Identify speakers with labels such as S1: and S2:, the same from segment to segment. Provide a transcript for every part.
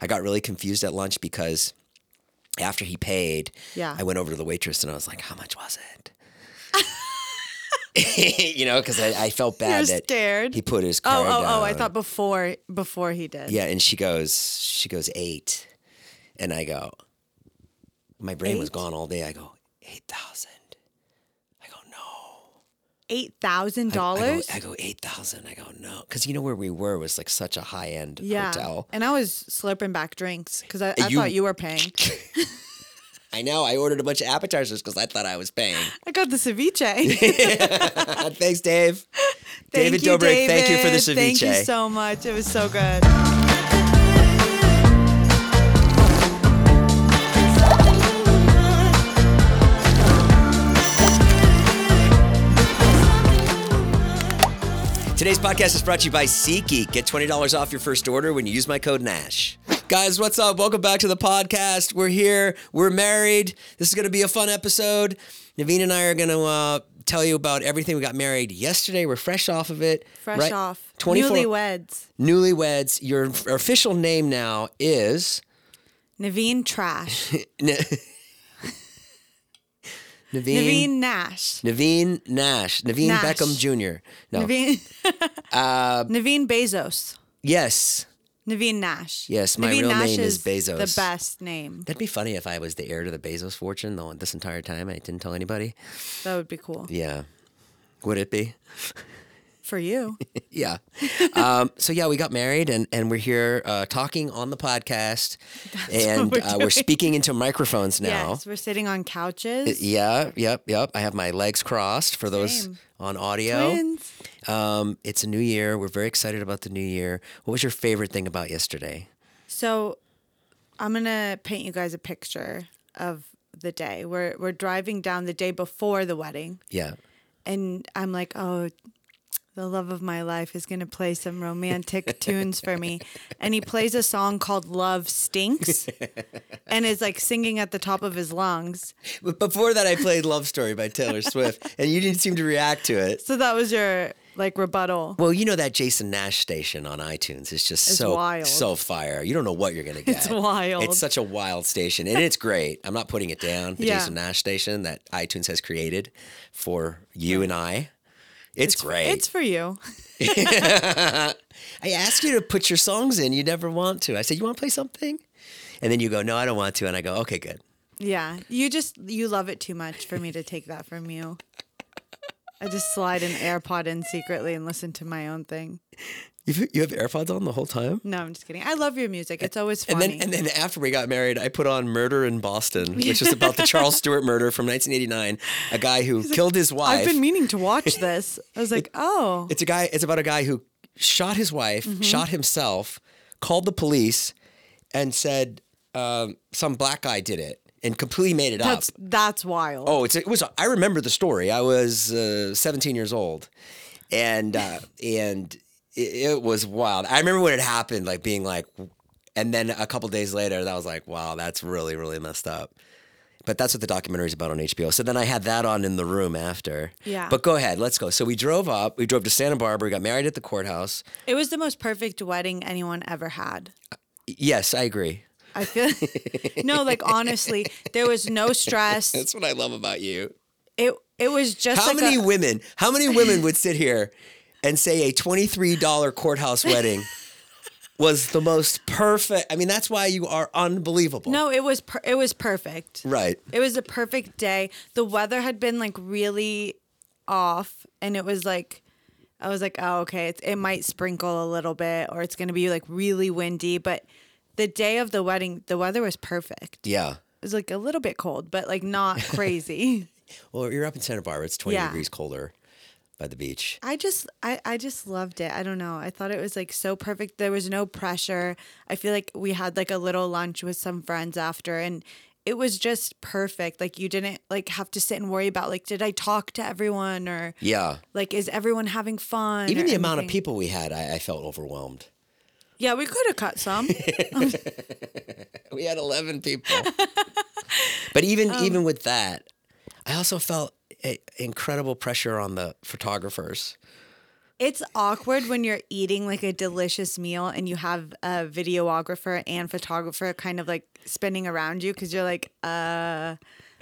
S1: I got really confused at lunch because after he paid,
S2: Yeah.
S1: I went over to the waitress and I was like, "How much was it?" you know, because I, I felt bad
S2: You're
S1: that
S2: scared.
S1: he put his
S2: Oh,
S1: card
S2: oh, oh! I
S1: down.
S2: thought before before he did.
S1: Yeah, and she goes, she goes eight, and I go, my brain was
S2: Eight?
S1: gone all day. I go eight thousand. I go no.
S2: Eight thousand
S1: I go,
S2: dollars.
S1: I go eight thousand. I go no, because you know where we were was like such a high end
S2: Yeah.
S1: hotel.
S2: And I was slurping back drinks because I, I
S1: You-
S2: thought you were paying.
S1: I know. I ordered a bunch of appetizers because I thought I was paying. Uh-uh.
S2: I got the ceviche.
S1: Thanks, Dave.
S2: Thank
S1: David
S2: you,
S1: Dobrik, thank you for the
S2: David. Thank you
S1: ceviche.
S2: so much. It was so good.
S1: Today's podcast is brought to you by SeatGeek. Get $20 off your first order when you use my code NASH. Guys, what's up? Welcome back to the podcast. We're here. We're married. This is going to be a fun episode. Naveen and I are going to uh, tell you about everything. We got married yesterday. We're fresh off of it.
S2: Fresh
S1: Right-
S2: off.
S1: 24
S2: Newlyweds.
S1: Newlyweds. Your official name now is
S2: Naveen Trash.
S1: Na- Naveen.
S2: Naveen Nash.
S1: Naveen Nash. Naveen
S2: Nash.
S1: Beckham Jr. No.
S2: Naveen.
S1: Uh,
S2: Naveen Bezos.
S1: Yes.
S2: Naveen Nash.
S1: Yes, my
S2: Naveen
S1: real
S2: Nash
S1: name is
S2: The
S1: Bezos.
S2: best name.
S1: That'd be funny if I was the heir to the Bezos fortune though this entire time I didn't tell anybody.
S2: That would be cool
S1: Yeah. Would it be?
S2: for you.
S1: Yeah. um, so yeah, we got married and, and we're here uh, talking on the podcast and
S2: what we're
S1: uh, we're
S2: doing.
S1: speaking into microphones now.
S2: Yes, we're sitting on couches.
S1: Yeah, yep, yep. I have my legs crossed for those
S2: Same.
S1: on audio.
S2: Twins.
S1: Um, it's a new year. We're very excited about the new year. What was your favorite thing about yesterday?
S2: So I'm gonna paint you guys a picture of the day. We're we're driving down the day before the wedding
S1: Yeah.
S2: and I'm like, oh, the love of my life is going to play some romantic tunes for me. And he plays a song called Love Stinks and is like singing at the top of his lungs.
S1: But before that I played Love Story by Taylor Swift and you didn't seem to react to it.
S2: So that was your like rebuttal.
S1: Well, you know that Jason Nash station on iTunes is just so
S2: wild.
S1: so fire. You don't know what you're gonna get.
S2: It's wild.
S1: It's such a wild station, and it's great. I'm not putting it down. The
S2: Yeah.
S1: Jason Nash station that iTunes has created for you and I. It's, great.
S2: It's for you.
S1: I asked you to put your songs in. You never want to. I said, "You want to play something?" And then you go, "No, I don't want to." And I go, "Okay, good."
S2: Yeah. You just, you love it too much for me to take that from you. I just slide an AirPod in secretly and listen to my own thing.
S1: You you have AirPods on the whole time.
S2: No, I'm just kidding. I love your music. It's always
S1: And
S2: funny.
S1: then, and then after we got married, I put on Murder in Boston, which is about the Charles Stewart murder from 1989, a guy who killed his wife.
S2: I've been meaning to watch this. I was like, oh,
S1: It's a guy. It's about a guy who shot his wife,
S2: Mm-hmm.
S1: shot himself, called the police, and said um, some black guy did it, and completely made it
S2: that's
S1: up.
S2: that's wild.
S1: Oh, it's it was. I remember the story. I was uh, 17 years old, and uh, and it, it was wild. I remember when it happened, like being like, and then a couple days later, that was like, wow, that's really really messed up. But that's what the documentary's about on HBO. So then I had that on in the room after.
S2: Yeah.
S1: But go ahead, let's go. So we drove up. We drove to Santa Barbara. We got married at the courthouse.
S2: It was the most perfect wedding anyone ever had.
S1: Y- Yes, I agree.
S2: I feel no, like honestly, there was no stress.
S1: That's what I love about you.
S2: It it was just
S1: How
S2: like
S1: many
S2: a,
S1: women? How many women would sit here and say a twenty-three dollar courthouse wedding was the most perfect? I mean, that's why you are unbelievable.
S2: no. It was per, it was perfect.
S1: Right.
S2: It was a perfect day. The weather had been like really off, and it was like I was like, oh okay, it's, it might sprinkle a little bit, or it's gonna be like really windy. But the day of the wedding, the weather was perfect.
S1: Yeah.
S2: It was like a little bit cold, but like not crazy.
S1: Well, you're up in Santa Barbara. It's twenty
S2: Yeah.
S1: degrees colder by the beach.
S2: I just I, I just loved it. I don't know. I thought it was like so perfect. There was no pressure. I feel like we had like a little lunch with some friends after and it was just perfect. Like you didn't like have to sit and worry about like did I talk to everyone or
S1: Yeah.
S2: like is everyone having fun?
S1: Even
S2: or
S1: the amount of
S2: anything.
S1: people we had, I, I felt overwhelmed.
S2: Yeah, we could have cut some.
S1: We had eleven people. but even
S2: Um,
S1: even with that, I also felt a, incredible pressure on the photographers.
S2: It's awkward when you're eating like a delicious meal and you have a videographer and photographer kind of like spinning around you because you're like, uh,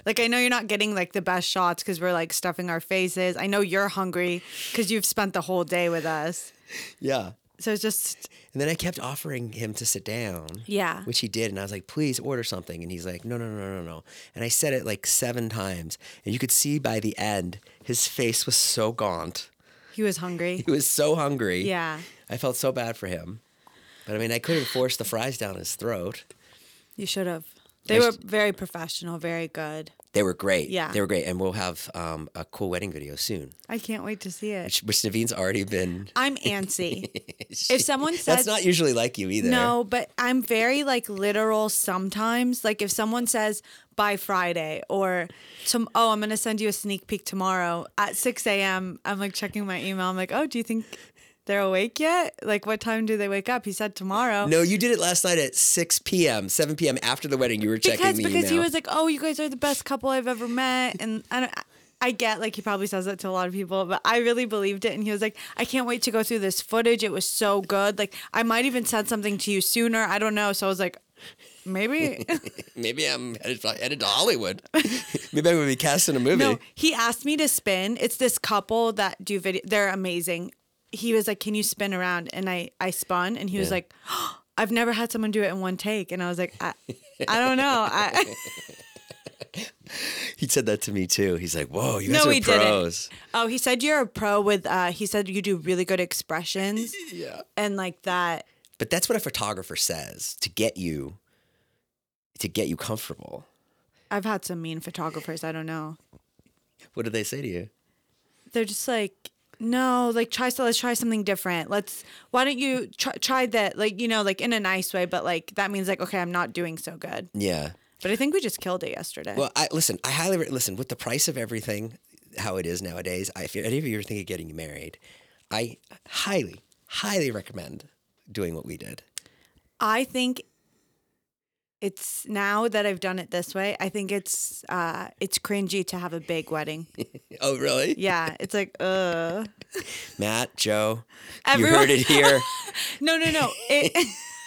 S2: like I know you're not getting like the best shots because we're like stuffing our faces. I know you're hungry because you've spent the whole day with us.
S1: Yeah.
S2: So it's just,
S1: And then I kept offering him to sit down.
S2: Yeah.
S1: Which he did. And I was like, please order something. And he's like, no, no, no, no, no. And I said it like seven times. And you could see by the end, his face was so gaunt.
S2: he was hungry.
S1: He was so hungry.
S2: Yeah.
S1: I felt so bad for him. But I mean, I couldn't force the fries down his throat.
S2: You should have. They were very professional, very good.
S1: They were great.
S2: Yeah.
S1: They were great. And we'll have um, a cool wedding video soon,
S2: I can't wait to see it.
S1: which, which Naveen's already been.
S2: I'm antsy. if someone says
S1: That's not usually like you either.
S2: No, but I'm very like literal sometimes. Like if someone says by Friday or some, oh, I'm gonna send you a sneak peek tomorrow at 6 a.m. I'm like checking my email. I'm like, oh, do you think they're awake yet? Like what time do they wake up? He said tomorrow.
S1: No, you did it last night at 6 p.m., 7 p.m. after the wedding. You were checking
S2: because
S1: the
S2: because
S1: email.
S2: he was like, oh, you guys are the best couple I've ever met, and I don't. I get like he probably says that to a lot of people, but I really believed it. And he was like, I can't wait to go through this footage. It was so good. Like I might even send something to you sooner. I don't know. So I was like, maybe
S1: Maybe I'm headed, headed to Hollywood. Maybe I'm going to be cast in a movie.
S2: No, he asked me to spin. It's this couple that do video. They're amazing. He was like, "Can you spin around?" And I I spun, and he was like, "Oh, "I've never had someone do it in one take." And I was like, "I, I don't know." I,
S1: He said that to me too. He's like, "Whoa, you guys
S2: no,
S1: are
S2: he
S1: pros."
S2: didn't. Oh, he said you're a pro with. uh He said you do really good expressions
S1: Yeah.
S2: and like that.
S1: But that's what a photographer says to get you to get you comfortable.
S2: I've had some mean photographers. I don't know.
S1: What did they say to you?
S2: they're just like no like try so let's try something different let's why don't you try, try that like you know like in a nice way but like that means like okay i'm not doing so good
S1: Yeah.
S2: but i think we just killed it yesterday
S1: Well, I listen. I highly re- listen with the price of everything, how it is nowadays. I, if you're, any of you are thinking of getting married, I highly, highly recommend doing what we did.
S2: i think it's now that i've done it this way i think it's uh it's cringy to have a big wedding
S1: Oh, really?
S2: yeah it's like uh
S1: Matt, Joe, you
S2: Everyone-
S1: heard it here.
S2: no no no it,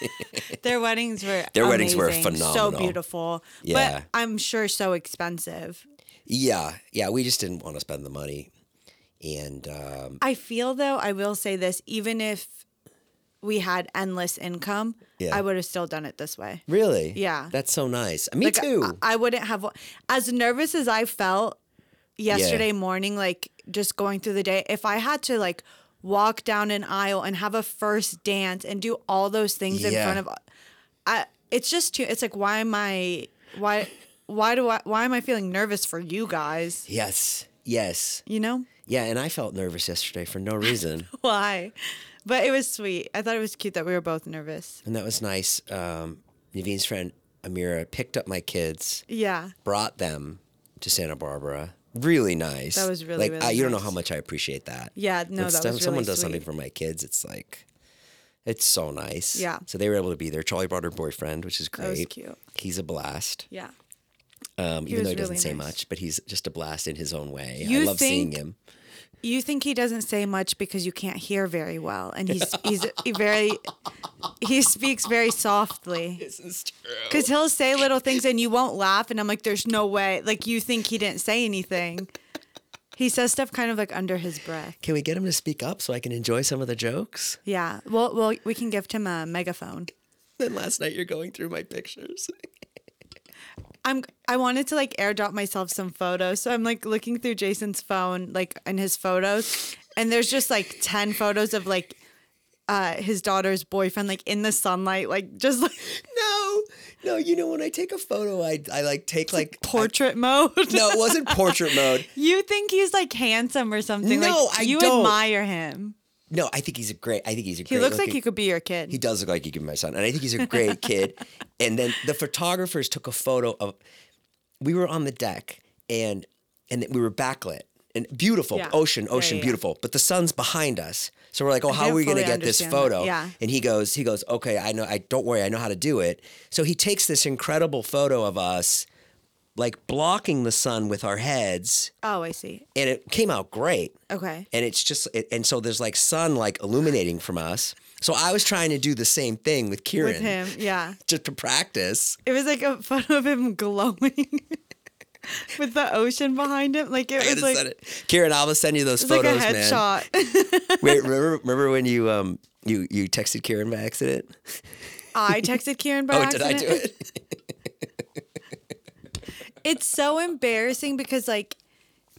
S2: their weddings were
S1: Their weddings were
S2: amazing, so
S1: phenomenal.
S2: beautiful
S1: Yeah.
S2: but i'm sure so expensive
S1: yeah, yeah. We just didn't want to spend the money, and um,
S2: I feel though, I will say this, even if we had endless income,
S1: Yeah.
S2: I would have still done it this way.
S1: Really?
S2: Yeah.
S1: That's so nice. Me
S2: Like, uh,
S1: too.
S2: I, I wouldn't have as nervous as I felt yesterday morning, like just going through the day. If I had to like walk down an aisle and have a first dance and do all those things in
S1: Yeah.
S2: front of I it's just too it's like why am I why why do I why am I feeling nervous for you guys?
S1: yes. Yes.
S2: You know?
S1: Yeah, and I felt nervous yesterday for no reason.
S2: Why? But it was sweet. I thought it was cute that we were both nervous.
S1: and that was nice. Um, Naveen's friend Amira picked up my kids,
S2: Yeah.
S1: brought them to Santa Barbara. Really nice.
S2: That was really,
S1: like
S2: really
S1: I, you don't know
S2: nice.
S1: how much I appreciate that.
S2: Yeah, no,
S1: When
S2: that was
S1: some-
S2: really
S1: someone does something
S2: sweet.
S1: for my kids, it's like it's so nice.
S2: Yeah.
S1: So they were able to be there. Charlie brought her boyfriend, which is great.
S2: was cute.
S1: He's a blast.
S2: Yeah.
S1: Um, even
S2: was
S1: though he doesn't
S2: really
S1: say
S2: nice.
S1: much, but he's just a blast in his own way. I
S2: You
S1: love seeing
S2: think-
S1: him.
S2: You think he doesn't say much because you can't hear very well, and he's he's a very he speaks very softly.
S1: This is true.
S2: Because he'll say little things and you won't laugh, and I'm like, "There's no way!" Like you think he didn't say anything. He says stuff kind of like under his breath.
S1: Can we get him to speak up so I can enjoy some of the jokes?
S2: Yeah. Well, well, we can gift him a megaphone.
S1: Then last night you're going through my pictures.
S2: I'm I wanted to like airdrop myself some photos. So I'm like looking through Jason's phone, like in his photos, and there's just like ten photos of like uh his daughter's boyfriend like in the sunlight, like just like
S1: no, no. You know when I take a photo, I I like take like
S2: portrait mode.
S1: no, it wasn't portrait mode.
S2: You think he's like handsome or something.
S1: No,
S2: like
S1: I
S2: you
S1: don't.
S2: admire him.
S1: No, I think he's a great. I think he's a.
S2: He
S1: great
S2: looks like
S1: looking-
S2: he could be your kid.
S1: He does look like he could be my son, and I think he's a great kid. And then the photographers took a photo of. We were on the deck, and and we were backlit and beautiful
S2: Yeah.
S1: ocean,
S2: Yeah,
S1: ocean,
S2: yeah, yeah.
S1: beautiful. But the sun's behind us, so we're like, oh, how are
S2: don't
S1: we going to
S2: fully
S1: get this
S2: understand that.
S1: photo?
S2: Yeah.
S1: And he goes, he goes, okay, I know. I don't worry, I know how to do it. So he takes this incredible photo of us like blocking the sun with our heads,
S2: Oh, I see.
S1: and it came out great.
S2: Okay.
S1: And it's just, it, and so there's like sun like illuminating from us. So I was trying to do the same thing with Kieran,
S2: With him, yeah.
S1: just to practice.
S2: It was like a photo of him glowing with the ocean behind him. Like it
S1: I
S2: was
S1: gotta
S2: like
S1: send
S2: it
S1: it. Kieran, I will send you those
S2: was
S1: photos,
S2: like a
S1: man.
S2: headshot.
S1: Wait, remember remember when you um you you texted Kieran by accident?
S2: I texted Kieran by
S1: oh,
S2: accident.
S1: did I do it?
S2: It's so embarrassing because like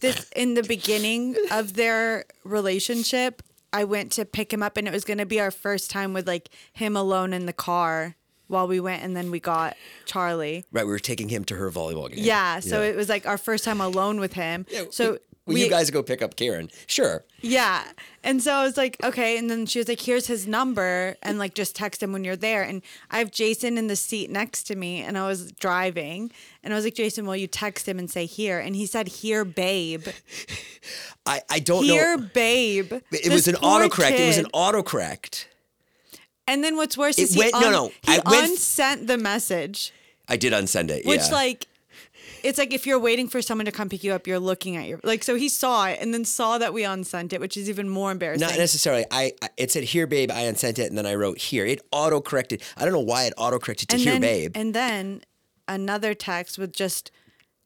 S2: this in the beginning of their relationship, I went to pick him up and it was gonna be our first time with like him alone in the car while we went and then we got Charlie.
S1: Right, we were taking him to her volleyball game.
S2: Yeah. So it was like our first time alone with him. so
S1: Will you guys go pick up Kieran? Sure.
S2: Yeah. And so I was like, okay. And then she was like, here's his number and like just text him when you're there. And I have Jason in the seat next to me and I was driving and I was like, Jason, will you text him and say here? And he said, here, babe.
S1: I, I don't
S2: Here,
S1: know.
S2: babe.
S1: Oh, It was an autocorrect. It was an autocorrect.
S2: And then what's worse
S1: It
S2: is
S1: went-
S2: he,
S1: no,
S2: un-
S1: no,
S2: he
S1: I went-
S2: unsent the message,
S1: I did unsend it.
S2: which
S1: yeah.
S2: like, it's like if you're waiting for someone to come pick you up, you're looking at your like. So he saw it and then saw that we unsent it, which is even more embarrassing.
S1: not necessarily. I, I it said here, babe. I unsent it, and then I wrote here. It autocorrected. I don't know why it autocorrected to here,
S2: then,
S1: babe.
S2: And then another text with just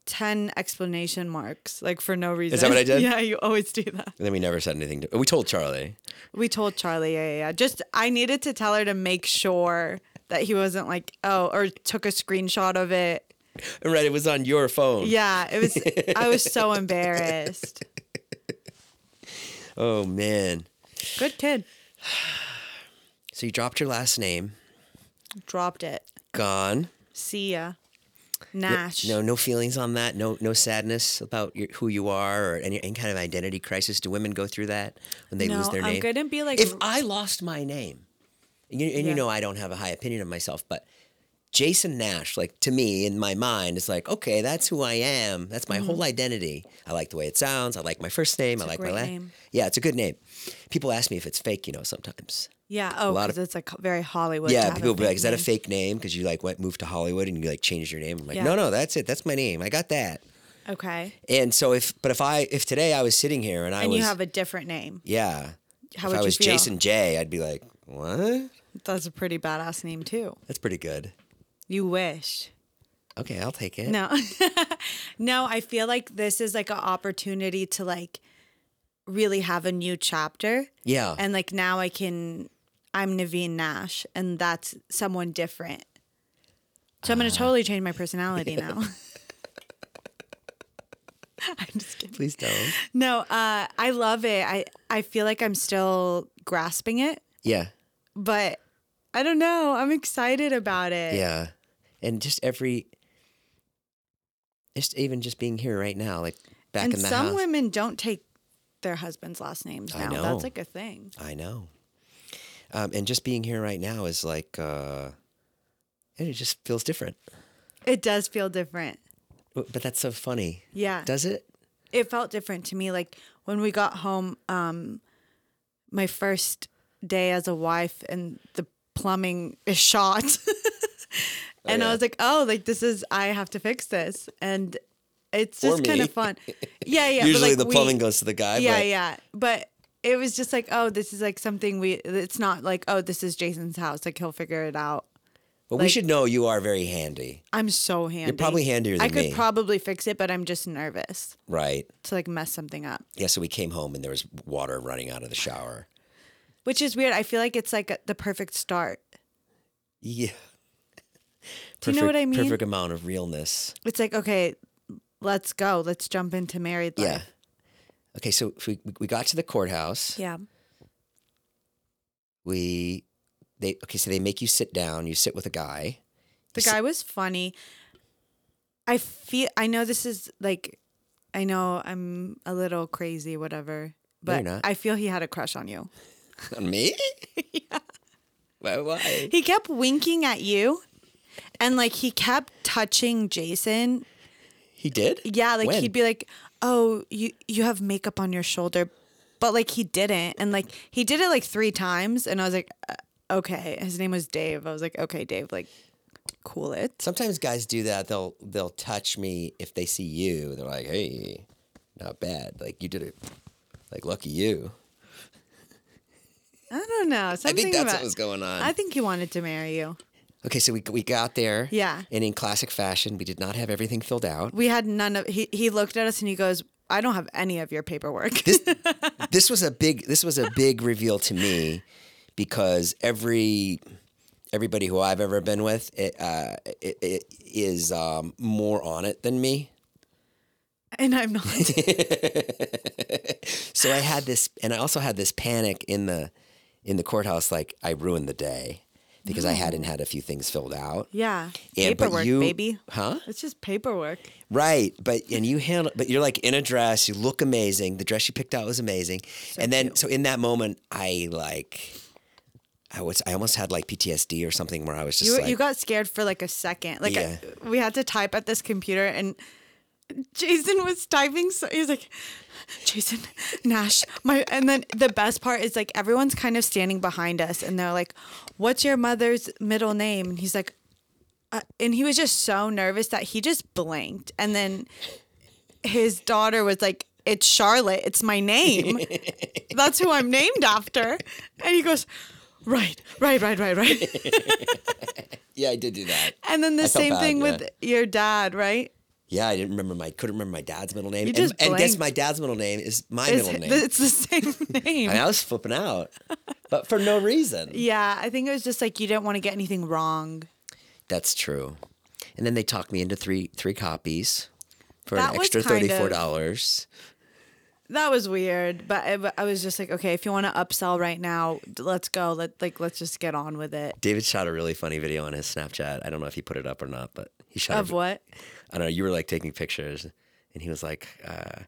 S2: 10 explanation marks, like for no reason.
S1: what I did?
S2: yeah, you always do that.
S1: And then we never said anything. to We told Charlie.
S2: We told Charlie, yeah, yeah, yeah. Just, I needed to tell her to make sure that he wasn't like, oh, or took a screenshot of it.
S1: Right, it was on your phone.
S2: Yeah, it was, I was so embarrassed.
S1: Oh man.
S2: Good kid.
S1: So you dropped your last name.
S2: Dropped it.
S1: Gone.
S2: See ya. Nash.
S1: No, no feelings on that. No, no sadness about your, who you are or any, any kind of identity crisis. Do women go through that when they lose
S2: No,
S1: their
S2: I'm
S1: name?
S2: gonna be like-
S1: if I lost my name, and, you, and
S2: Yeah.
S1: you know I don't have a high opinion of myself, but Jason Nash, like to me in my mind, is like okay, that's who I am. That's my whole identity. I like the way it sounds. I like my first name. I
S2: Mm-hmm. a
S1: like
S2: great
S1: my last
S2: name.
S1: Yeah, it's a good name. People ask me if it's fake. You know, sometimes.
S2: Yeah. Oh,
S1: lot
S2: because it's like very Hollywood. to
S1: Yeah,
S2: have
S1: people be like, "Is that a
S2: name."
S1: fake name?" Because you like went moved to Hollywood and you like changed your name. I'm like,
S2: Yeah.
S1: "No, no, that's it. That's my name. I got that."
S2: Okay.
S1: And so if, but if I, if today I was sitting here and I
S2: And
S1: was,
S2: you have a different name.
S1: yeah,
S2: How
S1: if
S2: would
S1: I
S2: you
S1: was
S2: feel?
S1: Jason J, I'd be like, what?
S2: That's a pretty badass name too.
S1: That's pretty good.
S2: You wish.
S1: Okay, I'll take it.
S2: No. no, I feel like this is like an opportunity to like really have a new chapter.
S1: Yeah.
S2: And like now I can I'm Naveen Nash and that's someone different. So I'm gonna totally change my personality now. I'm just kidding.
S1: Please don't.
S2: No, uh, I love it. I, I feel like I'm still grasping it,
S1: Yeah.
S2: but I don't know. I'm excited about it.
S1: Yeah. And just every, just even just being here right now, like back
S2: and
S1: in the
S2: some
S1: house.
S2: women don't take their husband's last names
S1: I
S2: now.
S1: know.
S2: That's like a thing.
S1: I know. Um, and just being here right now is like, uh, it just feels different.
S2: It does feel different.
S1: But but that's so funny.
S2: Yeah.
S1: Does it?
S2: it felt different to me. Like when we got home, um, my first day as a wife and the plumbing is shot. and I
S1: yeah.
S2: was like, oh, like this is, I have to fix this. And it's
S1: Or
S2: just kind
S1: me.
S2: of fun. Yeah. Yeah. but,
S1: Usually
S2: like,
S1: the
S2: we-
S1: plumbing goes to the guy.
S2: Yeah,
S1: but
S2: yeah. But it was just like, oh, this is like something we. It's not like, oh, this is Jason's house. Like he'll figure it out.
S1: But we
S2: Like-
S1: should know you are very handy,
S2: I'm so handy.
S1: probably handier
S2: I
S1: than
S2: could
S1: me.
S2: probably fix it, but I'm just nervous
S1: right?
S2: to like mess something up,
S1: Yeah. So we came home and there was water running out of the shower.
S2: which is weird. I feel like it's like a, the perfect start.
S1: Yeah.
S2: Do you know what I mean?
S1: Perfect amount of realness.
S2: It's like okay, let's go. Let's jump into married
S1: Yeah.
S2: life.
S1: Okay. So if we we got to the courthouse.
S2: Yeah.
S1: We they okay. So they make you sit down. You sit with a guy.
S2: The
S1: You s-
S2: guy was funny. I feel. I know this is like. I know I'm a little crazy, whatever.
S1: you're
S2: But
S1: not.
S2: I feel he had a crush on you.
S1: On me. Why? Why?
S2: He kept winking at you and like he kept touching Jason.
S1: He did.
S2: Yeah, like
S1: When?
S2: he'd be like, "Oh, you you have makeup on your shoulder." But like he didn't. And like he did it like 3 times and I was like, uh, "Okay." His name was Dave. I was like, "Okay, Dave, like cool it.
S1: Sometimes guys do that. They'll they'll touch me if they see you. They're like, "Hey, not bad. Like you did it. Like lucky you."
S2: I don't know. Something
S1: I think that's
S2: about,
S1: what was going on.
S2: I think he wanted to marry you.
S1: okay, so we we got there.
S2: Yeah.
S1: And in classic fashion, we did not have everything filled out.
S2: We had none of. He he looked at us and he goes, "I don't have any of your paperwork."
S1: this was a big this was a big reveal to me because every everybody who I've ever been with it, uh, it, it is um, more on it than me.
S2: and I'm not.
S1: So I had this, and I also had this panic in the in the courthouse, like I ruined the day because I hadn't had a few things filled out.
S2: Yeah,
S1: And- but
S2: paperwork,
S1: you-
S2: baby.
S1: Huh?
S2: It's just paperwork.
S1: Right, but and you handle, but you're like in a dress. You look amazing. The dress you picked out was amazing, and then so in that moment, I like, I was I almost had like PTSD or something where I was just
S2: You
S1: like,
S2: you got scared for like a second. Like I- we had to type at this computer and. Jason was typing so he's like Jason Nash my and then the best part is like everyone's kind of standing behind us and they're like what's your mother's middle name and he's like uh, and he was just so nervous that he just blinked and then his daughter was like it's Charlotte it's my name that's who I'm named after and he goes right right right right right
S1: yeah, I did do that.
S2: And then the
S1: felt
S2: same
S1: bad,
S2: thing
S1: yeah.
S2: with your dad, right?
S1: Yeah, I didn't remember my couldn't remember my dad's middle name.
S2: just
S1: and, and guess
S2: blanked.
S1: my dad's middle name is my
S2: It's,
S1: middle name.
S2: it's the same name.
S1: and I was flipping out, but for no reason.
S2: yeah, I think it was just like you didn't want to get anything wrong.
S1: That's true. And then they talked me into three three copies for
S2: That
S1: an
S2: was
S1: extra
S2: kind
S1: thirty
S2: of-
S1: four dollars.
S2: That was weird, but I, but I was just like, okay, if you want to upsell right now, d- let's go. Let like let's just get on with it.
S1: David shot a really funny video on his Snapchat. I don't know if he put it up or not, but he shot.
S2: Of
S1: a,
S2: what?
S1: I don't know. You were like taking pictures, and he was like, uh,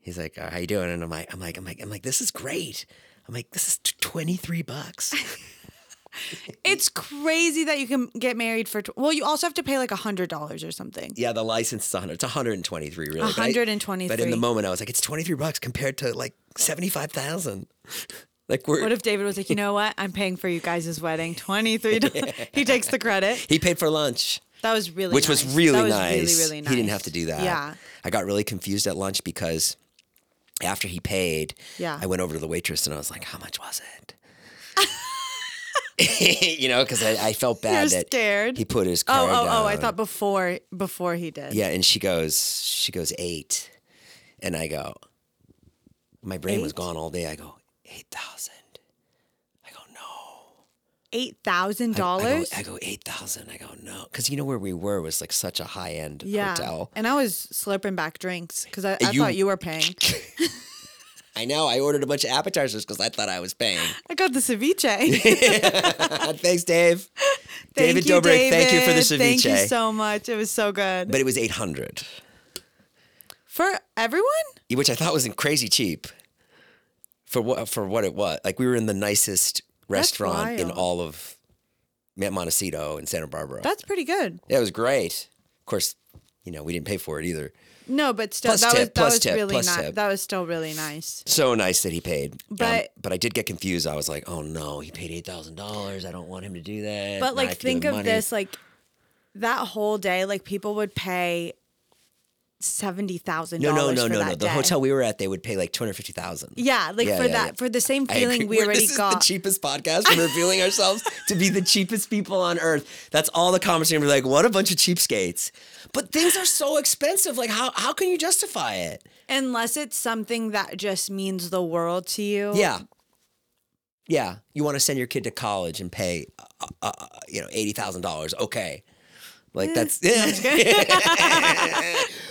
S1: he's like, uh, "How you doing?" And I'm like, I'm like, I'm like, I'm like, this is great. I'm like, this is twenty three bucks.
S2: It's crazy that you can get married for. Tw- well, you also have to pay like a hundred dollars or something.
S1: Yeah, the license is 100. It's 123 really. but I- But in
S2: 123.
S1: the moment I was like it's 23 bucks compared to like 75,000. like we're
S2: What if David was like, you know what? I'm paying for you guys' wedding, twenty three. dollars He takes the credit.
S1: he paid for lunch,
S2: That was really
S1: which
S2: nice.
S1: was really
S2: that was
S1: nice.
S2: Really, really nice.
S1: He didn't have to do that.
S2: Yeah.
S1: I got really confused at lunch because after he paid,
S2: Yeah.
S1: I went over to the waitress and I was like, "How much was it?" you know, because I, I felt bad
S2: You're
S1: that
S2: scared.
S1: he put his
S2: Oh,
S1: card
S2: oh, oh! I
S1: down.
S2: thought before before he did.
S1: Yeah, and she goes, she goes eight, and I go, my brain was
S2: Eight?
S1: gone all day. I go eight thousand. I go no.
S2: Eight thousand
S1: I go-
S2: dollars.
S1: I go eight thousand. I go no, because you know where we were was like such a high end
S2: Yeah,
S1: hotel.
S2: and I was slurping back drinks because I, I
S1: you-
S2: thought you were paying.
S1: I know. I ordered a bunch of appetizers because I thought I was paying. Uh,
S2: I got the ceviche.
S1: Thanks, Dave.
S2: Thank
S1: David
S2: you,
S1: Dobrik, thank you for the
S2: David. Thank you
S1: ceviche.
S2: so much. It was so good
S1: But it was eight hundred,
S2: for everyone.
S1: which I thought was crazy cheap for what for what it was. Like we were in the nicest restaurant in
S2: wild.
S1: all of Montecito and Santa Barbara.
S2: That's pretty good.
S1: Yeah, it was great. Of course, you know, we didn't pay for it either.
S2: No, but still,
S1: Plus
S2: that
S1: tip,
S2: was that
S1: plus
S2: was
S1: tip,
S2: really
S1: plus
S2: nice.
S1: tip.
S2: That was still really nice.
S1: So nice that he paid. Um,
S2: But-
S1: but I did get confused. I was like, oh no, he paid eight thousand dollars. I don't want him to do that. Now I
S2: But like,
S1: have to give
S2: think
S1: him
S2: of
S1: money.
S2: this like that whole day. Like people would pay seventy thousand.
S1: No, no, no,
S2: for
S1: no,
S2: that
S1: no. The
S2: day.
S1: hotel we were at, they would pay like two hundred fifty thousand.
S2: Yeah, like
S1: Yeah,
S2: for
S1: yeah,
S2: that
S1: yeah.
S2: for the same feeling we already
S1: this is
S2: got.
S1: the cheapest podcast. We're revealing ourselves to be the cheapest people on earth. That's all the comments are gonna be like, what a bunch of cheapskates. But things are so expensive. Like, how how can you justify it?
S2: Unless it's something that just means the world to you.
S1: Yeah. Yeah. You want to send your kid to college and pay, uh, uh, uh, you know, $80,000. Okay. Like
S2: Eh,
S1: that's,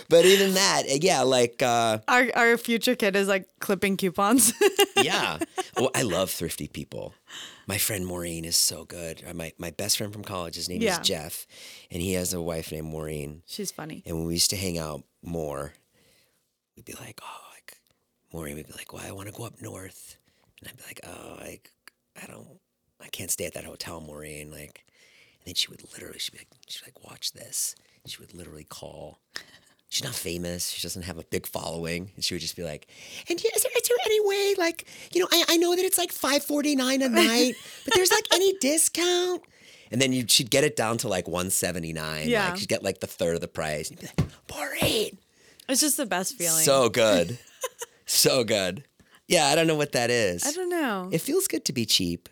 S1: but even that, eh, yeah, like, uh,
S2: Our our future kid is like clipping coupons.
S1: yeah. Oh, I love thrifty people. My friend Maureen is so good. Uh, My, my best friend from college, his name is
S2: Yeah.
S1: Jeff, and he has a wife named Maureen.
S2: She's funny.
S1: And when we used to hang out more, we'd be like, oh, like, Maureen would be like, well, I want to go up north. And I'd be like, oh, like, I don't, I can't stay at that hotel, Maureen. Like, and then she would literally, she'd be like, she'd like, watch this. She would literally call. She's not famous. She doesn't have a big following. And she would just be like, and yeah, is there, is there any way, like, you know, I, I know that it's like five forty nine a night, but there's like any discount? And then you she'd get it down to like 179.
S2: Yeah.
S1: Like she'd get like the third of the price. You'd be like, Maureen.
S2: It's just the best feeling.
S1: So good. so good. Yeah, I don't know what that is.
S2: I don't know.
S1: It feels good to be cheap.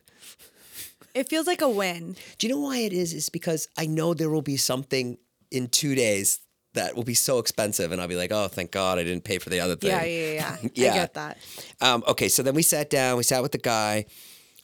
S2: it feels like a win.
S1: Do you know why it is? It's because I know there will be something in two days that will be so expensive, and I'll be like, oh, thank God I didn't pay for the other thing.
S2: Yeah, yeah, yeah.
S1: Yeah.
S2: I get that.
S1: Um, okay, so then we sat down, we sat with the guy.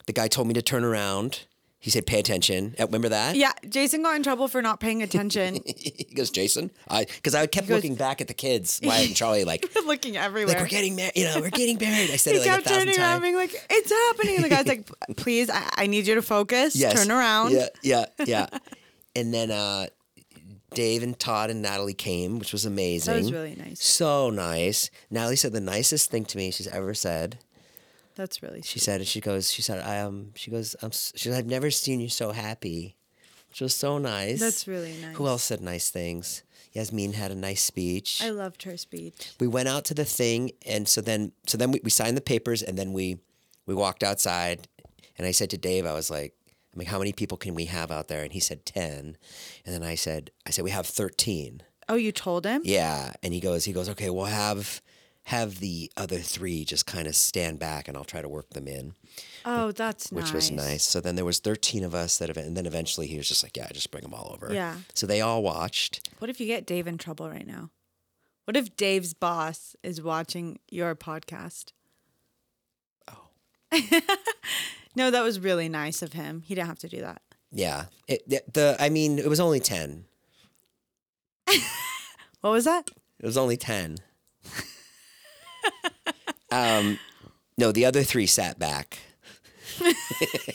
S1: The guy told me to turn around. He said, pay attention. Uh, Remember that?
S2: Yeah, Jason got in trouble for not paying attention,
S1: he goes, Jason, I because I kept looking back at the kids, Wyatt and Charlie, like,
S2: looking
S1: like
S2: everywhere.
S1: we're getting married, you know, we're getting married. I said
S2: he
S1: it like a
S2: kept
S1: thousand
S2: turning around,
S1: times.
S2: being like, "It's happening." The guy's like, "Please, I, I need you to focus.
S1: Yes.
S2: Turn around."
S1: Yeah, yeah, yeah. and then uh, Dave and Todd and Natalie came, which was amazing.
S2: really nice.
S1: So nice. Natalie said the nicest thing to me she's ever said.
S2: That's really.
S1: She said, she goes, she said, I um, she goes, I'm, s- she said, I've never seen you so happy, which was so nice.
S2: That's really nice.
S1: Who else said nice things? Yasmin had a nice speech.
S2: I loved her speech.
S1: we went out to the thing and so then so then we, we signed the papers and then we we walked outside and i said to dave i was like i mean how many people can we have out there and he said 10 and then i said i said we have 13
S2: Oh, you told him?
S1: yeah and he goes he goes okay we'll have have the other three just kind of stand back and i'll try to work them in
S2: Oh, that's
S1: which
S2: nice.
S1: was nice so then there was 13 of us that ev- and then eventually he was just like yeah just bring them all over
S2: Yeah.
S1: so they all watched
S2: What if you get Dave in trouble right now? What if Dave's boss is watching your podcast? Oh. no, that was really nice of him. He didn't have to do that.
S1: yeah it, the- the i mean it was only 10
S2: What was that?
S1: It was only 10. um, no, the other three sat back.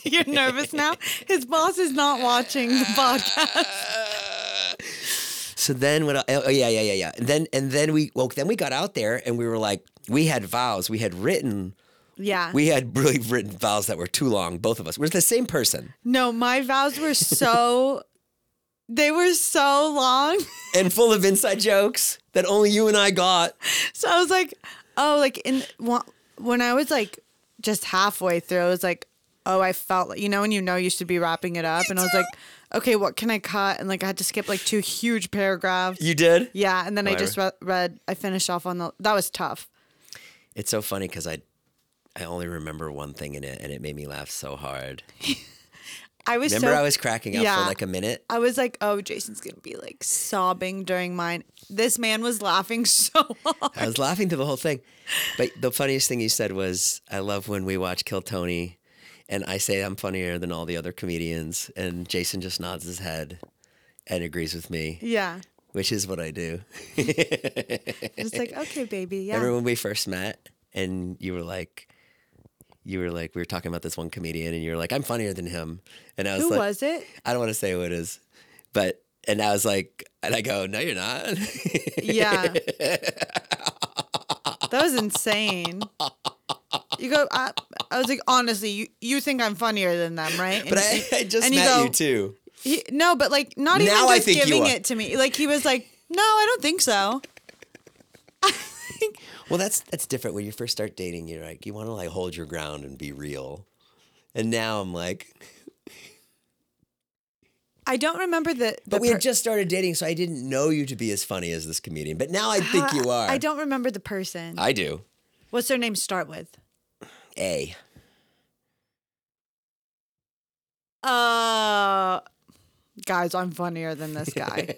S2: You're nervous now? His boss is not watching the podcast.
S1: So then what? el- Oh yeah, yeah, yeah, yeah. And then and then we well then we got out there and we were like we had vows we had written
S2: Yeah.
S1: we had really written vows that were too long both of us we're the same person
S2: no, my vows were so they were so long.
S1: and full of inside jokes that only you and I got.
S2: So I was like, oh, like in wa- when I was like just halfway through, I was like, oh, I felt like you know when you know you should be wrapping it up, and I was like, okay, what can I cut? And like I had to skip like two huge paragraphs.
S1: You did.
S2: yeah, and then I
S1: Whatever.
S2: just re- read. I finished off on the. That was tough.
S1: It's so funny because I I only remember one thing in it and it made me laugh so hard.
S2: I was
S1: Remember
S2: so.
S1: I was cracking up
S2: Yeah.
S1: for like a minute.
S2: I was like, oh, Jason's gonna be like sobbing during mine. This man was laughing so hard.
S1: I was laughing through the whole thing. But the funniest thing you said was, I love when we watch Kill Tony and I say I'm funnier than all the other comedians. And Jason just nods his head and agrees with me,
S2: Yeah,
S1: which is what I do.
S2: just like okay, baby. Yeah,
S1: Remember when we first met and you were like, you were like, we were talking about this one comedian and you were like, I'm funnier than him. And I was
S2: who
S1: like,
S2: was it?
S1: I don't want to say who it is, but, and I was like, and I go, no, you're not.
S2: Yeah. that was insane. You go, I, I was like, honestly, you, you think I'm funnier than them, right? And,
S1: but I, I just
S2: and
S1: met
S2: go,
S1: you too.
S2: He, no, but like, not even
S1: Now
S2: just
S1: I think you
S2: giving
S1: are.
S2: it to me. Like, he was like, no, I don't think so.
S1: Well, that's that's different. When you first start dating, you're like you want to like hold your ground and be real. And now I'm like,
S2: I don't remember the. the
S1: but we
S2: per-
S1: had just started dating, so I didn't know you to be as funny as this comedian. But now I think you are.
S2: I don't remember the person.
S1: I do.
S2: What's their name start with?
S1: A.
S2: Uh, guys, I'm funnier than this guy.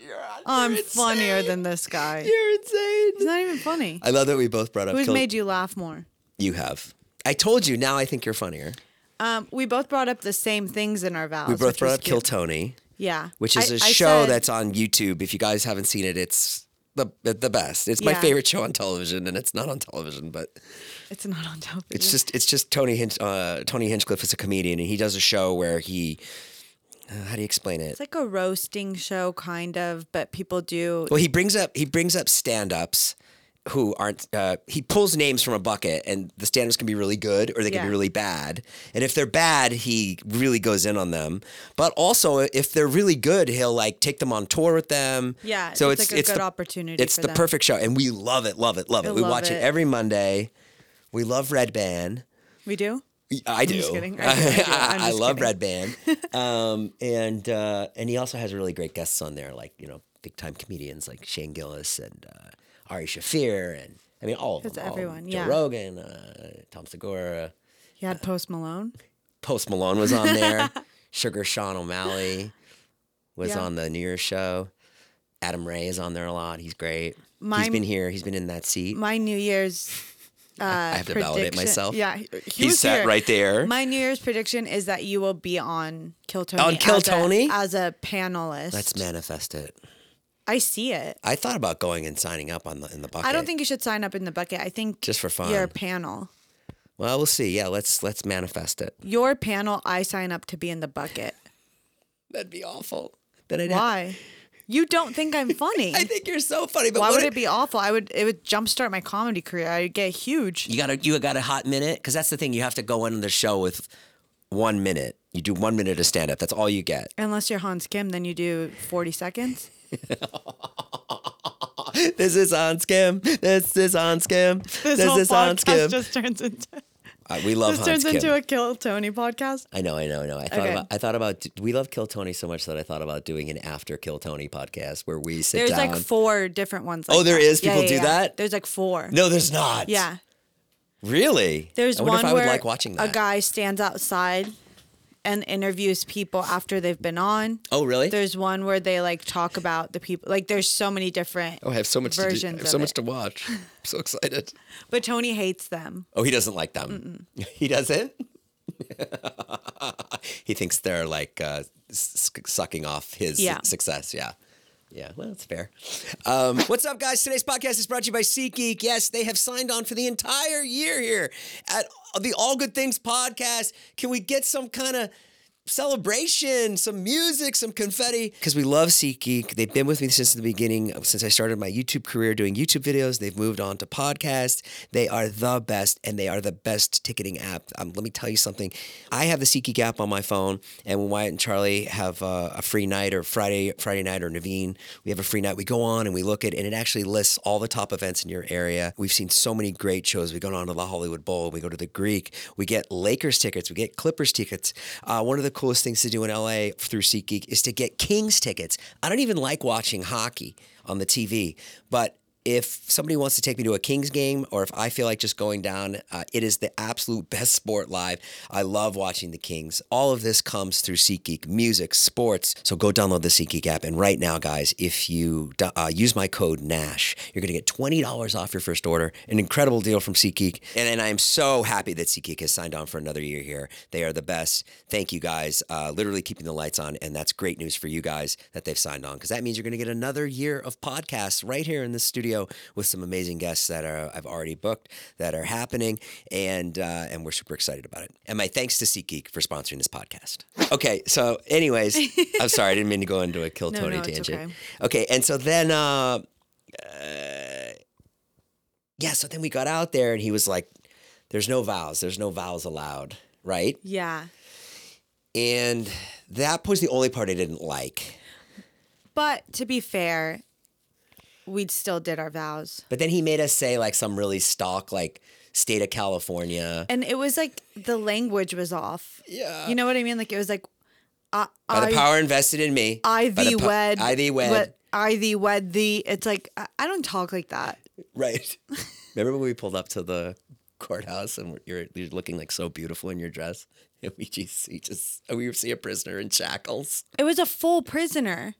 S1: You're,
S2: I'm
S1: you're
S2: funnier
S1: insane.
S2: than this guy.
S1: You're insane.
S2: He's not even funny.
S1: I love that we both brought up.
S2: Who's
S1: Kill-
S2: made you laugh more?
S1: you have. I told you. Now I think you're funnier.
S2: Um, we both brought up the same things in our vows.
S1: We both
S2: which was
S1: brought up Kill
S2: Oh, cute.
S1: Tony,
S2: Yeah,
S1: which is
S2: a
S1: a show that's on YouTube. If you guys haven't seen it, it's the the best. It's my
S2: Yeah.
S1: favorite show on television, and it's not on television, but.
S2: it's not on television.
S1: It's just it's just Tony Hinch, uh, Tony Hinchcliffe is a comedian and he does a show where he uh, how do you explain it?
S2: It's like a roasting show, kind of, but people do.
S1: well, he brings up he brings up stand-ups who aren't uh, he pulls names from a bucket and the stand-ups can be really good or they can
S2: Yeah.
S1: be really bad. And if they're bad, he really goes in on them. But also if they're really good, he'll like take them on tour with them.
S2: Yeah,
S1: So
S2: it's
S1: it's
S2: like a
S1: it's
S2: good
S1: the,
S2: opportunity
S1: It's
S2: for
S1: the
S2: them.
S1: perfect show and we love it, love it, love
S2: I
S1: it. We
S2: love
S1: watch it.
S2: it.
S1: every Monday. We love Red Band.
S2: We do.
S1: I do.
S2: just kidding. I do, I do. I'm
S1: I
S2: just
S1: love
S2: kidding.
S1: Red Band, um, and uh, and he also has really great guests on there, like you know, big time comedians like Shane Gillis and uh, Ari Shafir, and I mean all of
S2: It's
S1: them. all of them.
S2: everyone,
S1: Joe
S2: yeah.
S1: Rogan, uh, Tom Segura,
S2: You had Post Malone.
S1: Post Malone was on there, Sugar Sean O'Malley was
S2: Yeah.
S1: on the New Year's show. Adam Ray is on there a lot. He's great. he's
S2: My-
S1: been here. He's been in that seat.
S2: My New Year's. Uh, I
S1: have to validate myself.
S2: Yeah, he, he
S1: he
S2: was
S1: sat
S2: here.
S1: right there.
S2: My New Year's prediction is that you will be on Kill Tony.
S1: On Kill
S2: as a-
S1: Tony?
S2: as a panelist.
S1: Let's manifest it.
S2: I see it.
S1: I thought about going and signing up on the in the bucket.
S2: I don't think you should sign up in the bucket. I think
S1: Just for fun.
S2: Your panel,
S1: Well, we'll see. Yeah, let's let's manifest it.
S2: your panel. I sign up to be in the bucket.
S1: That'd be awful. Then I'd Have,
S2: Why? You don't think I'm funny?
S1: I think you're so funny. But
S2: Why
S1: what
S2: would
S1: if-
S2: it be awful? I would. It would jumpstart my comedy career. I'd get huge.
S1: You got to you got a hot minute because that's the thing. You have to go into the show with one minute. You do one minute of stand up. That's all you get.
S2: Unless you're Hans Kim, then you do 40 seconds.
S1: This is on skim. This is on skim. This, is on skim.
S2: just turns into
S1: Uh, we love
S2: this
S1: Hans
S2: turns
S1: Kim.
S2: into a Kill Tony podcast.
S1: I know, I know, I know. I thought
S2: Okay.
S1: about I thought about we love Kill Tony so much that I thought about doing an after Kill Tony podcast where we sit
S2: There's
S1: down.
S2: like four different ones.
S1: Oh, there
S2: there
S1: is?
S2: is.
S1: People do that?
S2: There's like four.
S1: no, there's not.
S2: Yeah.
S1: Really?
S2: There's
S1: I wonder
S2: one
S1: if I would
S2: where
S1: like watching that.
S2: a guy stands outside and interviews people after they've been on.
S1: oh,
S3: Eh?
S1: really?
S2: There's one where they like talk about the people. Like there's so many different.
S3: Oh, I have so much to do. I
S2: versions
S3: have so
S2: of
S3: much
S2: it.
S3: to watch. I'm so excited.
S2: But Tony hates them.
S1: Oh, he doesn't like them. He doesn't. he thinks they're like uh, s- s- sucking off his
S2: Yeah.
S1: success. Yeah. Yeah, well, that's fair. Um, what's up, guys? Today's podcast is brought to you by SeatGeek. Yes, they have signed on for the entire year here at the All Good Things podcast. Can we get some kind of celebration, some music, some confetti? Because we love SeatGeek. They've been with me since the beginning, since I started my YouTube career doing YouTube videos. They've moved on to podcasts. They are the best, and they are the best ticketing app. Um, let me tell you something. I have the SeatGeek app on my phone, and when Wyatt and Charlie have uh, a free night or Friday Friday night or Naveen, we have a free night. We go on and we look at, and it actually lists all the top events in your area. We've seen so many great shows. We've gone on to the Hollywood Bowl. We go to the Greek. We get Lakers tickets. We get Clippers tickets. Uh, one of the coolest things to do in LA through SeatGeek is to get Kings tickets. I don't even like watching hockey on the TV, but if somebody wants to take me to a Kings game or if I feel like just going down, uh, it is the absolute best sport live. I love watching the Kings. All of this comes through SeatGeek, music, sports. So go download the SeatGeek app. And right now, guys, if you do- uh, use my code NASH, you're going to get $20 off your first order. An incredible deal from SeatGeek. And, and I'm so happy that SeatGeek has signed on for another year here. They are the best. Thank you guys. Uh, literally keeping the lights on. And that's great news for you guys that they've signed on because that means you're going to get another year of podcasts right here in the studio with some amazing guests that are I've already booked that are happening, and uh, and we're super excited about it. And my thanks to SeatGeek for sponsoring this podcast. Okay, so anyways, I'm sorry I didn't mean to go into a kill
S2: No,
S1: Tony
S2: no, it's
S1: tangent. Okay. and so then. Uh, yeah, so then we got out there and he was like, there's no vows, there's no vows allowed, right?
S2: Yeah.
S1: And that was the only part I didn't like.
S2: But to be fair, we still did our vows.
S1: But then he made us say like some really stock, like state of California.
S2: And it was like the language was off.
S3: Yeah.
S2: You know what I mean? Like it was like, I,
S1: By
S2: I,
S1: the power invested in me.
S2: I
S1: by
S2: thee
S1: the po-
S2: wed.
S1: I thee wed.
S2: wed- I thee wed thee. It's like, I, I don't talk like that.
S1: Right. Remember when we pulled up to the courthouse and you're, you're looking like so beautiful in your dress? And we just, we just, we see a prisoner in shackles.
S2: It was a full prisoner.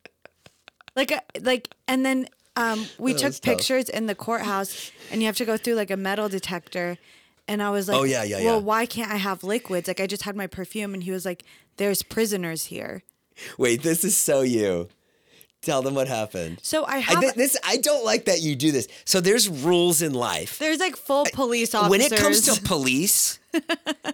S2: Like, a, like, and then um, we
S1: was
S2: took
S1: tough.
S2: pictures in the courthouse, and you have to go through like a metal detector. And I was like,
S1: Oh, yeah, yeah,
S2: Well,
S1: yeah.
S2: why can't I have liquids? Like, I just had my perfume, and he was like, "There's prisoners here."
S1: Wait, this is so you. Tell them what happened.
S2: So I have
S1: I, thi- this I don't like that you do this. So there's rules in life.
S2: there's like full police officers.
S1: When it comes to police,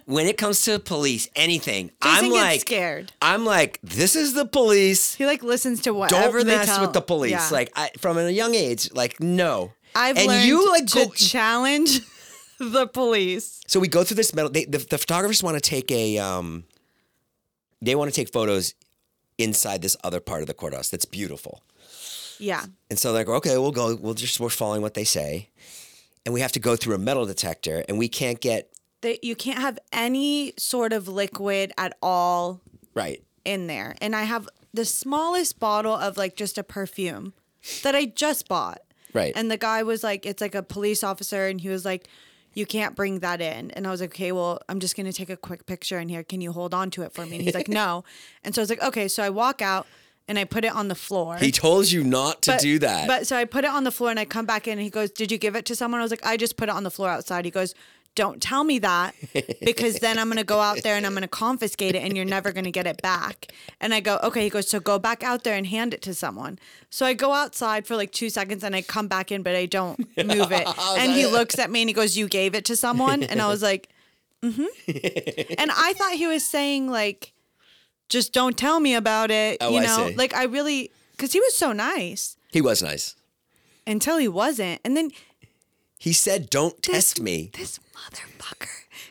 S1: when it comes to police, anything,
S2: Jason
S1: I'm
S2: gets
S1: like
S2: scared.
S1: I'm like, this is the police.
S2: he like listens to
S1: Don't
S2: whatever they
S1: mess
S2: tell.
S1: with the police.
S2: Yeah.
S1: Like I, from a young age, like no.
S2: I've
S1: and
S2: learned
S1: you like
S2: to
S1: go,
S2: challenge the police.
S1: So we go through this metal. They, the, the photographers want to take a, um, they want to take photos inside this other part of the courthouse that's beautiful.
S2: Yeah.
S1: And so they're like, okay, we'll go. We'll just we're following what they say, and we have to go through a metal detector, and we can't get
S2: that you can't have any sort of liquid at all
S1: Right.
S2: in there. And I have the smallest bottle of like just a perfume that I just bought.
S1: Right.
S2: And the guy was like, it's like a police officer. And he was like, you can't bring that in. And I was like, okay, well, I'm just going to take a quick picture in here. Can you hold on to it for me? And he's like, no. And so I was like, okay. So I walk out and I put it on the floor.
S1: He told you not to
S2: But-
S1: do that.
S2: But so I put it on the floor and I come back in and he goes, Did you give it to someone? I was like, I just put it on the floor outside. He goes, Don't tell me that because then I'm going to go out there and I'm going to confiscate it and you're never going to get it back. And I go, Okay. He goes, So go back out there and hand it to someone. So I go outside for like two seconds and I come back in, but I don't move it. and he looks at me and he goes, You gave it to someone? And I was like, Mm hmm. And I thought he was saying, like, just don't tell me about it.
S1: Oh,
S2: you
S1: I
S2: know,
S1: see.
S2: like I really, because he was so nice
S1: he was nice.
S2: until he wasn't. And then
S1: He said, "Don't
S2: this,
S1: test me."
S2: This motherfucker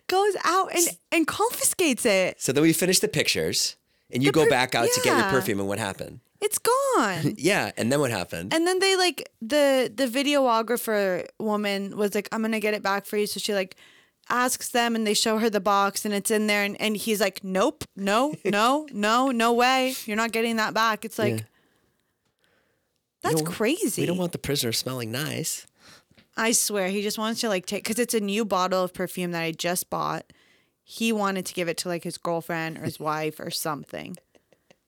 S2: goes out and, and confiscates it.
S1: So then we finished the pictures, and you
S2: The
S1: go
S2: per-
S1: back out to get your
S2: yeah.
S1: perfume. And what happened?
S2: It's gone.
S1: Yeah, and then what happened?
S2: And then they like the the videographer woman was like, I'm gonna get it back for you. So she like asks them and they show her the box and it's in there and, and he's like, Nope, no, no, no, no way. You're not getting that back. It's like
S1: Yeah.
S2: That's
S1: don't want-
S2: crazy.
S1: we don't want the prisoner smelling nice.
S2: I swear he just wants to like take because it's a new bottle of perfume that I just bought. He wanted to give it to like his girlfriend or his wife or something,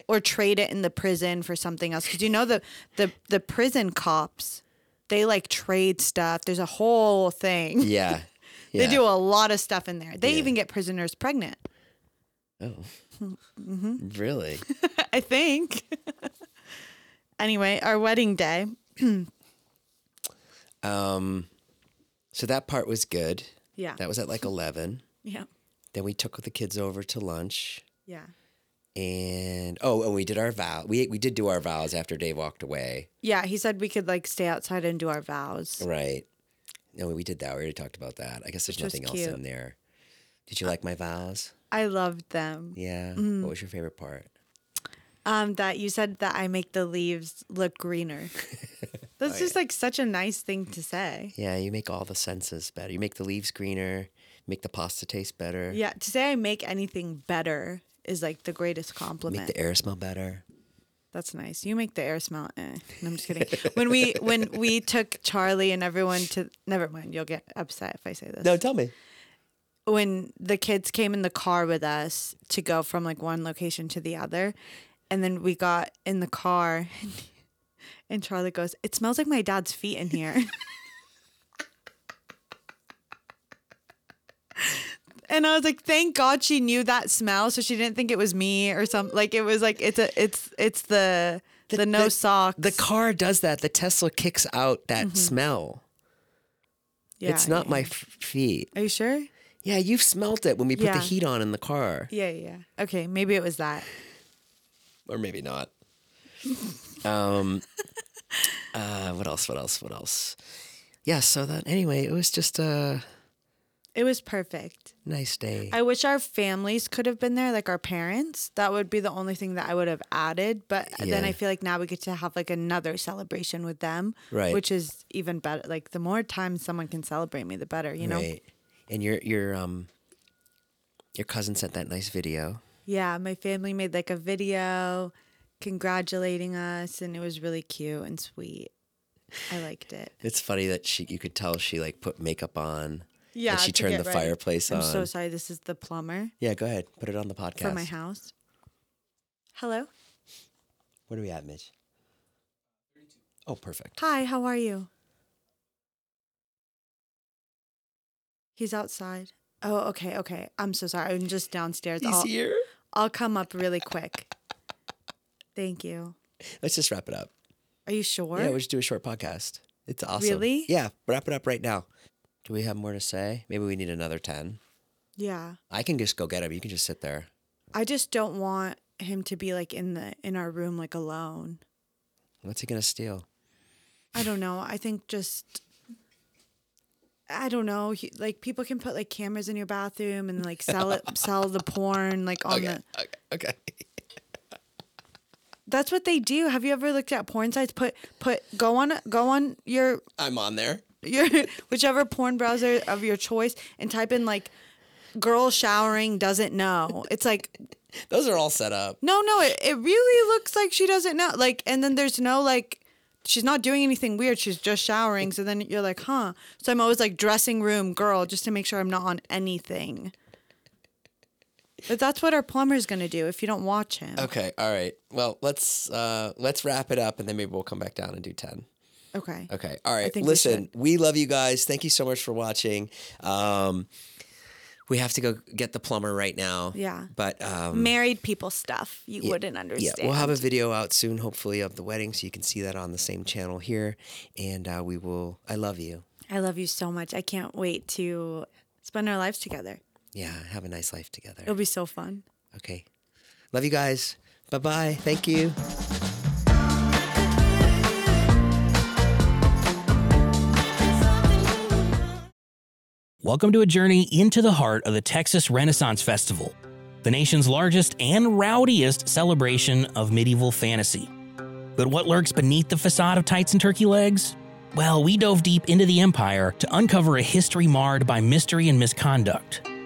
S2: or trade it in the prison for something else. Because you know the the the prison cops, they like trade stuff. There's a whole thing.
S1: Yeah.
S2: They do a lot of stuff in there. They even get prisoners pregnant.
S1: Oh.
S2: Mm-hmm.
S1: Really?
S2: I think. anyway, our wedding day.
S1: Um, so that part was good.
S2: Yeah.
S1: That was at like 11.
S2: Yeah.
S1: Then we took the kids over to lunch.
S2: Yeah.
S1: And oh, and we did our vow. We we did do our vows after Dave walked away.
S2: Yeah. He said we could like stay outside and do our vows.
S1: Right. No, we did that. We already talked about that. I guess there's
S2: Which was
S1: nothing else
S2: cute.
S1: in there. Did you like my vows?
S2: I loved them.
S1: Yeah.
S2: Mm-hmm.
S1: What was your favorite part?
S2: Um, that you said that I make the leaves look greener. That's just like such a nice thing to say.
S1: Yeah, you make all the senses better. You make the leaves greener, make the pasta taste better,
S2: Yeah, to say I make anything better is like the greatest
S1: make
S2: compliment.
S1: the air smell better.
S2: That's nice. You make the air smell. Eh. No, I'm just kidding. when we when we took Charlie and everyone to never mind. You'll get upset if I say this.
S1: No, tell me.
S2: when the kids came in the car with us to go from like one location to the other and then we got in the car and, charlie goes it smells like my dad's feet in here and i was like thank god she knew that smell so she didn't think it was me or something like it was like it's a it's it's the the, no socks
S1: The car does that. The Tesla kicks out that smell.
S2: yeah,
S1: it's not
S2: Mm-hmm. yeah.
S1: my f- feet.
S2: are you sure
S1: Yeah, you've smelt it when we put the
S2: Yeah.
S1: heat on in the car.
S2: yeah yeah okay maybe it was that
S1: Or maybe not. um uh what else? What else? What else? Yeah, so that anyway, it was just a
S2: it was perfect
S1: nice day.
S2: I wish our families could have been there, like our parents. That would be the only thing that I would have added. But then
S1: Yeah.
S2: I feel like now we get to have like another celebration with them,
S1: Right.
S2: Which is even better. Like the more times someone can celebrate me, the better, you know.
S1: Right. And your your um your cousin sent that nice video.
S2: Yeah, my family made like a video congratulating us, and it was really cute and sweet. I liked it.
S1: It's funny that she you could tell she like put makeup on.
S2: Yeah,
S1: And she
S2: to
S1: turned
S2: get
S1: the
S2: ready.
S1: fireplace
S2: I'm
S1: on.
S2: so sorry. This is the plumber
S1: yeah, go ahead. Put it on the podcast.
S2: for my house. Hello.
S1: What are we at, Mitch? Oh, perfect.
S2: Hi, how are you? He's outside. Oh, okay, okay. I'm so sorry. I'm just downstairs.
S1: He's
S2: I'll,
S1: here.
S2: I'll come up really quick. Thank you.
S1: Let's just wrap it up.
S2: Are you sure?
S1: Yeah, we should do a short podcast. It's awesome.
S2: Really?
S1: Yeah, wrap it up right now. Do we have more to say? Maybe we need another 10.
S2: Yeah.
S1: I can just go get him. You can just sit there.
S2: I just don't want him to be like in the in our room like alone.
S1: What's he going to steal?
S2: I don't know. I think just I don't know. He, like people can put like cameras in your bathroom and like sell it sell the porn like on the
S1: Okay. Okay.
S2: That's what they do. Have you ever looked at porn sites? Put put go on go on your
S1: I'm on there.
S2: your whichever porn browser of your choice and type in like girl showering doesn't know. It's like
S1: Those are all set up.
S2: no, no, it, it really looks like she doesn't know. Like, and then there's no like, she's not doing anything weird. She's just showering. So then you're like, huh. So I'm always like dressing room girl just to make sure I'm not on anything. But that's what our plumber's gonna do if you don't watch him. Okay.
S1: Okay, all right. Well, let's uh let's wrap it up and then maybe we'll come back down and do 10. Okay. All right.
S2: think we
S1: Listen, we, love you guys. Thank you so much for watching. Um we have to go get the plumber right now.
S2: Yeah.
S1: But um
S2: Married people stuff you wouldn't understand.
S1: Yeah, we'll have a video out soon, hopefully, of the wedding, so you can see that on the same channel here. And uh, we will. I love you.
S2: I love you so much. I can't wait to spend our lives together.
S1: Yeah, have a nice life together.
S2: It'll be so fun.
S1: Okay, love you guys. Bye bye. Thank you.
S4: Welcome to a journey into the heart of the Texas Renaissance Festival, the nation's largest and rowdiest celebration of medieval fantasy. But what lurks beneath the facade of tights and turkey legs? Well, we dove deep into the empire to uncover a history marred by mystery and misconduct,